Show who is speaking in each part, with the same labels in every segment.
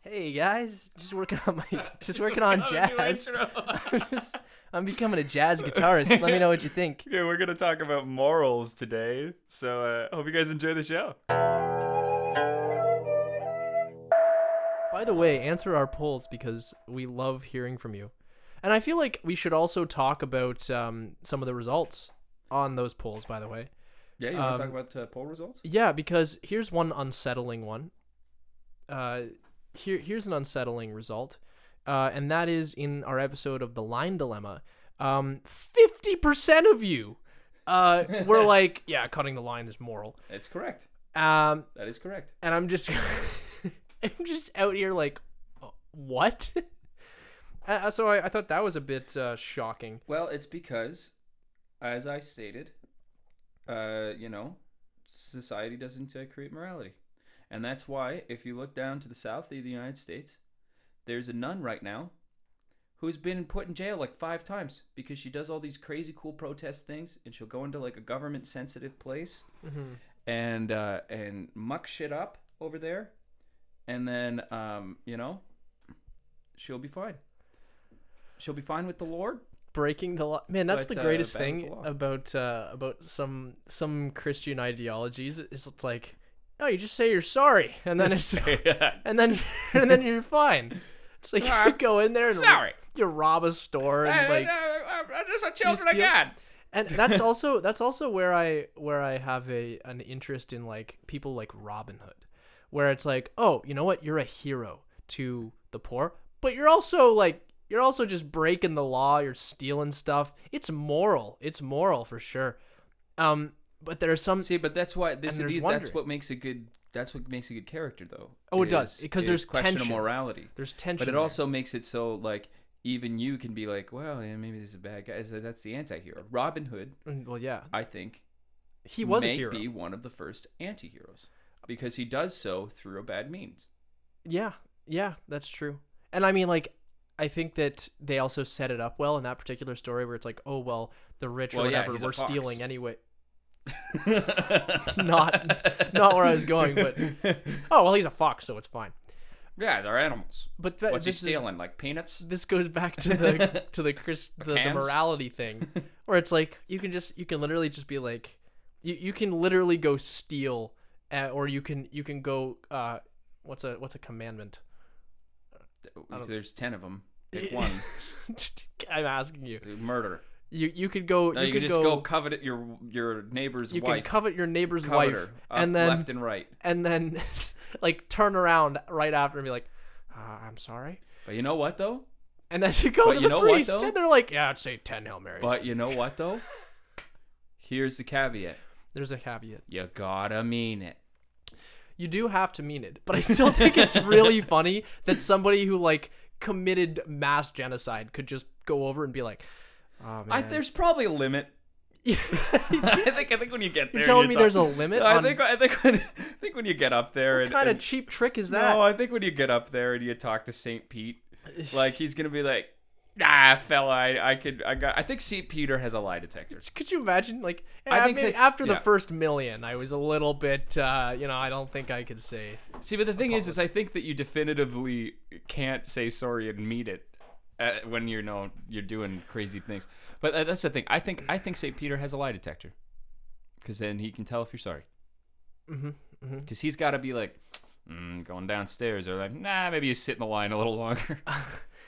Speaker 1: Hey guys, just working on my just,
Speaker 2: Just
Speaker 1: working on
Speaker 2: working on a new
Speaker 1: jazz.
Speaker 2: intro.
Speaker 1: I'm, just, I'm becoming a jazz guitarist. Let me know what you think.
Speaker 2: Yeah, we're gonna talk about morals today. So uh, hope you guys enjoy the show.
Speaker 1: By the way, answer our polls because we love hearing from you. And I feel like we should also talk about um, some of the results on those polls, by the way.
Speaker 2: Yeah, you
Speaker 1: wanna talk
Speaker 2: about uh, poll results?
Speaker 1: Yeah, because here's one unsettling one. Uh, here here's an unsettling result, uh, and that is in our episode of the line dilemma. Um, fifty percent of you, uh, were like, yeah, cutting the line is moral.
Speaker 3: It's correct.
Speaker 1: Um,
Speaker 3: That is correct.
Speaker 1: and I'm just, I'm just out here like, what? Uh, so I, I thought that was a bit uh, shocking.
Speaker 3: Well, it's because, as I stated, uh, you know, society doesn't uh, create morality. And that's why, if you look down to the south of the United States, there's a nun right now who's been put in jail like five times because she does all these crazy cool protest things and she'll go into like a government sensitive place and uh, and muck shit up over there. And then, um, you know, she'll be fine. She'll be fine with the Lord.
Speaker 1: breaking the law man that's
Speaker 3: But,
Speaker 1: the
Speaker 3: uh,
Speaker 1: greatest
Speaker 3: bend the
Speaker 1: thing
Speaker 3: law.
Speaker 1: about uh about some some christian ideologies is it's like oh you just say you're sorry and then it's and then and then you're fine it's like you go in there and
Speaker 3: Sorry.
Speaker 1: you rob a store and like
Speaker 3: just a
Speaker 1: children of steal- God. and that's also that's also where i where i have a an interest in like people like robin hood where it's like oh you know what you're a hero to the poor but you're also like you're also just breaking the law you're stealing stuff it's moral it's moral for sure um but there are some
Speaker 3: See, but that's why
Speaker 1: And
Speaker 3: this
Speaker 1: there's
Speaker 3: is the,
Speaker 1: wonder.
Speaker 3: that's what makes a good that's what makes a good character though.
Speaker 1: Oh, it does,
Speaker 3: is-
Speaker 1: because
Speaker 3: is
Speaker 1: there's
Speaker 3: question
Speaker 1: tension.
Speaker 3: of morality.
Speaker 1: there's tension
Speaker 3: But it
Speaker 1: there.
Speaker 3: also makes it so like even you can be like, well, yeah, maybe this is a bad guy. So that's the anti-hero. Robin Hood,
Speaker 1: Mm, well yeah
Speaker 3: I think,
Speaker 1: he was
Speaker 3: may
Speaker 1: a hero
Speaker 3: be one of the first anti-heroes because he does so through a bad means.
Speaker 1: Yeah, yeah, that's true. And I mean, like, I think that they also set it up well in that particular story where it's like, oh well, the rich or
Speaker 3: Well, yeah,
Speaker 1: whatever
Speaker 3: he's a
Speaker 1: were
Speaker 3: fox.
Speaker 1: stealing anyway. not, not where I was going, but oh well, he's a fox, so it's fine.
Speaker 3: Yeah, they're animals.
Speaker 1: But th-
Speaker 3: What's he
Speaker 1: this is-
Speaker 3: stealing? Like peanuts?
Speaker 1: this goes back to the to the Chris the, the
Speaker 3: Pecans?
Speaker 1: morality thing, where it's like you can just you can literally just be like, you, you can literally go steal, uh, or you can you can go uh, what's a what's a commandment?
Speaker 3: There's ten of them. Pick one.
Speaker 1: I'm asking you.
Speaker 3: Murder.
Speaker 1: You you could go
Speaker 3: No,
Speaker 1: you,
Speaker 3: you,
Speaker 1: could
Speaker 3: just
Speaker 1: go,
Speaker 3: go, covet your your neighbor's
Speaker 1: you can
Speaker 3: wife.
Speaker 1: covet your neighbor's
Speaker 3: covet
Speaker 1: wife
Speaker 3: her, up,
Speaker 1: and then
Speaker 3: left and right.
Speaker 1: and then like turn around right after and be like uh, i'm sorry
Speaker 3: But you know what though?
Speaker 1: and then you go
Speaker 3: But
Speaker 1: to
Speaker 3: you
Speaker 1: the
Speaker 3: know what,
Speaker 1: priest
Speaker 3: though?
Speaker 1: and they're like yeah i'd say 10 hail marys
Speaker 3: But you know what though? Here's the caveat.
Speaker 1: there's a caveat
Speaker 3: You gotta mean it.
Speaker 1: you do have to mean it but i still think it's really funny that somebody who like committed mass genocide could just go over and be like oh, man.
Speaker 3: I, there's probably a limit. I think I think when you get there,
Speaker 1: telling
Speaker 3: you're
Speaker 1: me there's a
Speaker 3: talking-
Speaker 1: limit
Speaker 3: I
Speaker 1: on-
Speaker 3: think I think when, I think when you get up there
Speaker 1: what
Speaker 3: and,
Speaker 1: kind of
Speaker 3: and-
Speaker 1: cheap trick is that
Speaker 3: no, I think when you get up there and you talk to Saint Pete, like he's gonna be like, Nah, fella, I, I could I got I think Saint Peter has a lie detector.
Speaker 1: Could you imagine? Like,
Speaker 3: I
Speaker 1: I
Speaker 3: think
Speaker 1: maybe
Speaker 3: that's-
Speaker 1: after the
Speaker 3: yeah.
Speaker 1: first million, I was a little bit, uh, you know, I don't think I could say.
Speaker 3: See, but the thing is,
Speaker 1: Apology.
Speaker 3: is I think that you definitively can't say sorry and meet it uh, when you're no you're doing crazy things. But uh, that's the thing. I think I think Saint Peter has a lie detector, because then he can tell if you're sorry. Because mm-hmm, he's got to be like mm, going downstairs or like nah, maybe you sit in the line a little longer.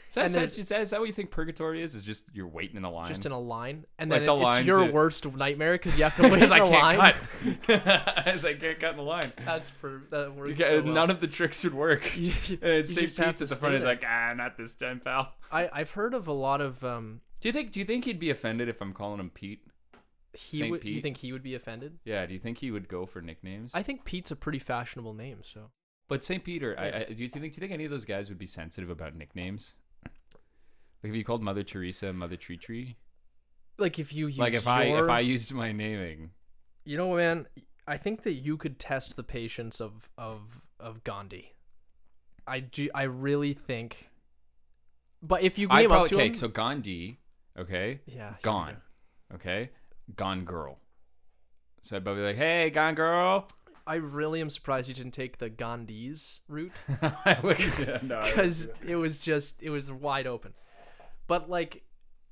Speaker 3: is, that,
Speaker 1: And
Speaker 3: is,
Speaker 1: then-
Speaker 3: that, is, that, is that what you think purgatory is? Is just you're waiting in the line?
Speaker 1: just in a line, and
Speaker 3: Like
Speaker 1: then
Speaker 3: the
Speaker 1: it-
Speaker 3: line
Speaker 1: it's your
Speaker 3: to-
Speaker 1: worst nightmare because you have to wait in
Speaker 3: because
Speaker 1: the
Speaker 3: I can't
Speaker 1: line.
Speaker 3: cut. As I can't cut in the line.
Speaker 1: That's for that works.
Speaker 3: Yeah,
Speaker 1: so well.
Speaker 3: None of the tricks would work.
Speaker 1: You- you
Speaker 3: And St.
Speaker 1: just
Speaker 3: Pete's
Speaker 1: have
Speaker 3: at
Speaker 1: to
Speaker 3: the
Speaker 1: stay
Speaker 3: front is
Speaker 1: there.
Speaker 3: like, ah, not this time, pal.
Speaker 1: I I've heard of a lot of um.
Speaker 3: Do you think? Do you think he'd be offended if I'm calling him Pete?
Speaker 1: He
Speaker 3: Saint
Speaker 1: would. You
Speaker 3: Pete?
Speaker 1: think he would be offended?
Speaker 3: Yeah. Do you think he would go for nicknames?
Speaker 1: I think Pete's a pretty fashionable name, so
Speaker 3: but St. Peter,
Speaker 1: Yeah.
Speaker 3: I, I, do you think? Do you think any of those guys would be sensitive about nicknames? Like if you called Mother Teresa Mother Tree Tree,
Speaker 1: like if you use
Speaker 3: like if I if
Speaker 1: your-
Speaker 3: I used my naming,
Speaker 1: you know, man, I think that you could test the patience of of of Gandhi. I do. I really think. But if you
Speaker 3: I
Speaker 1: came up
Speaker 3: probably
Speaker 1: to
Speaker 3: okay.
Speaker 1: him,
Speaker 3: So Gandhi, okay,
Speaker 1: yeah, here we
Speaker 3: gone,
Speaker 1: go.
Speaker 3: okay, gone girl. So I'd probably be like, hey, gone girl,
Speaker 1: I really am surprised you didn't take the Gandhi's route
Speaker 4: I would.
Speaker 3: Yeah, no, I-
Speaker 1: because it was just it was wide open. But like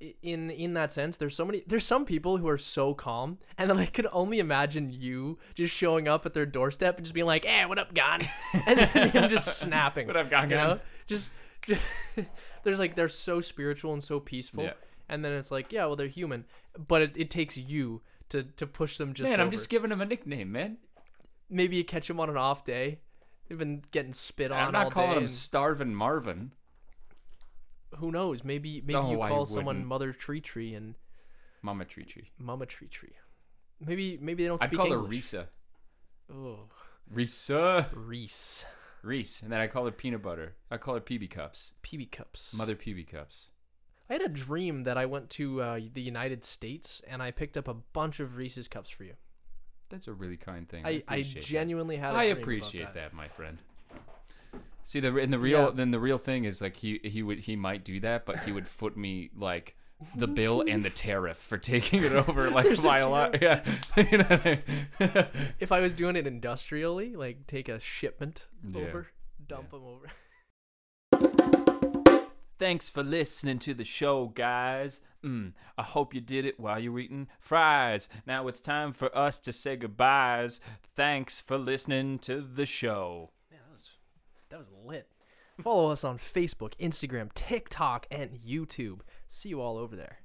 Speaker 1: i- in in that sense, there's so many there's some people who are so calm, and then I could only imagine you just showing up at their doorstep and just being like, "Hey, what up, Gandhi?" and then him just snapping.
Speaker 3: What up, Gandhi?
Speaker 1: You know, just there's like they're so spiritual and so peaceful,
Speaker 3: Yeah.
Speaker 1: and then it's like, yeah, well, they're human, but it, it takes you. To, to push them just
Speaker 3: man, I'm
Speaker 1: over.
Speaker 3: just giving him a nickname, man.
Speaker 1: maybe you catch him on an off day. They've been getting spit on
Speaker 3: I'm
Speaker 1: all
Speaker 3: not calling
Speaker 1: day.
Speaker 3: him
Speaker 1: and
Speaker 3: Starvin Marvin.
Speaker 1: who knows? Maybe maybe
Speaker 3: No,
Speaker 1: you
Speaker 3: I
Speaker 1: call someone
Speaker 3: wouldn't.
Speaker 1: Mother Tree Tree and
Speaker 3: Mama Tree Tree.
Speaker 1: Mama Tree Tree. Maybe maybe they don't
Speaker 3: I'd
Speaker 1: speak
Speaker 3: call her
Speaker 1: English.
Speaker 3: Risa.
Speaker 1: Oh,
Speaker 3: Risa.
Speaker 1: Reese.
Speaker 3: Reese. And then I call her peanut butter. I call her PB cups.
Speaker 1: PB cups.
Speaker 3: Mother PB cups.
Speaker 1: I had a dream that I went to uh, the United States and I picked up a bunch of Reese's cups for you.
Speaker 3: That's a really kind thing.
Speaker 1: I, I,
Speaker 3: appreciate that.
Speaker 1: genuinely had. a
Speaker 3: I
Speaker 1: dream about
Speaker 3: appreciate that. my friend. See the in the real
Speaker 1: Yeah.
Speaker 3: then the real thing is like he he would he might do that, but he would foot me like the bill and the tariff for taking it over like
Speaker 1: There's a
Speaker 3: by a lot. Yeah, you know what I mean?
Speaker 1: If I was doing it industrially, like take a shipment
Speaker 3: Yeah.
Speaker 1: over, dump them over.
Speaker 3: Thanks for listening to the show, guys. Mm, I hope you did it while you were eating fries. Now it's time for us to say goodbyes. Thanks for listening to the show.
Speaker 1: Man, that was that was lit. Follow us on Facebook, Instagram, TikTok, and YouTube. See you all over there.